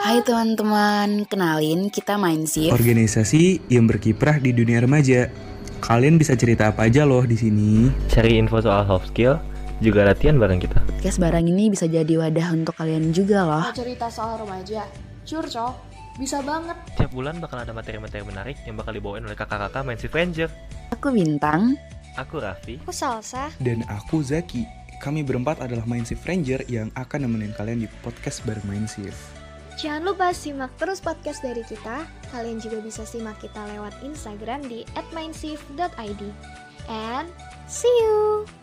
Hai teman-teman, kenalin kita Mindshift. Organisasi yang berkiprah di dunia remaja. Kalian bisa cerita apa aja loh di sini. Cari info soal soft skill, juga latihan bareng kita. Podcast barang ini bisa jadi wadah untuk kalian juga loh. Mau cerita soal remaja? Curcol, bisa banget. Tiap bulan bakal ada materi-materi menarik yang bakal dibawain oleh kakak-kakak Mindset Ranger. Aku Bintang. Aku Raffi. Aku Salsa. Dan aku Zaki. Kami berempat adalah Mindset Ranger yang akan nemenin kalian di podcast bareng Mindset. Jangan lupa simak terus podcast dari kita. Kalian juga bisa simak kita lewat Instagram di @mindsift.id. And see you.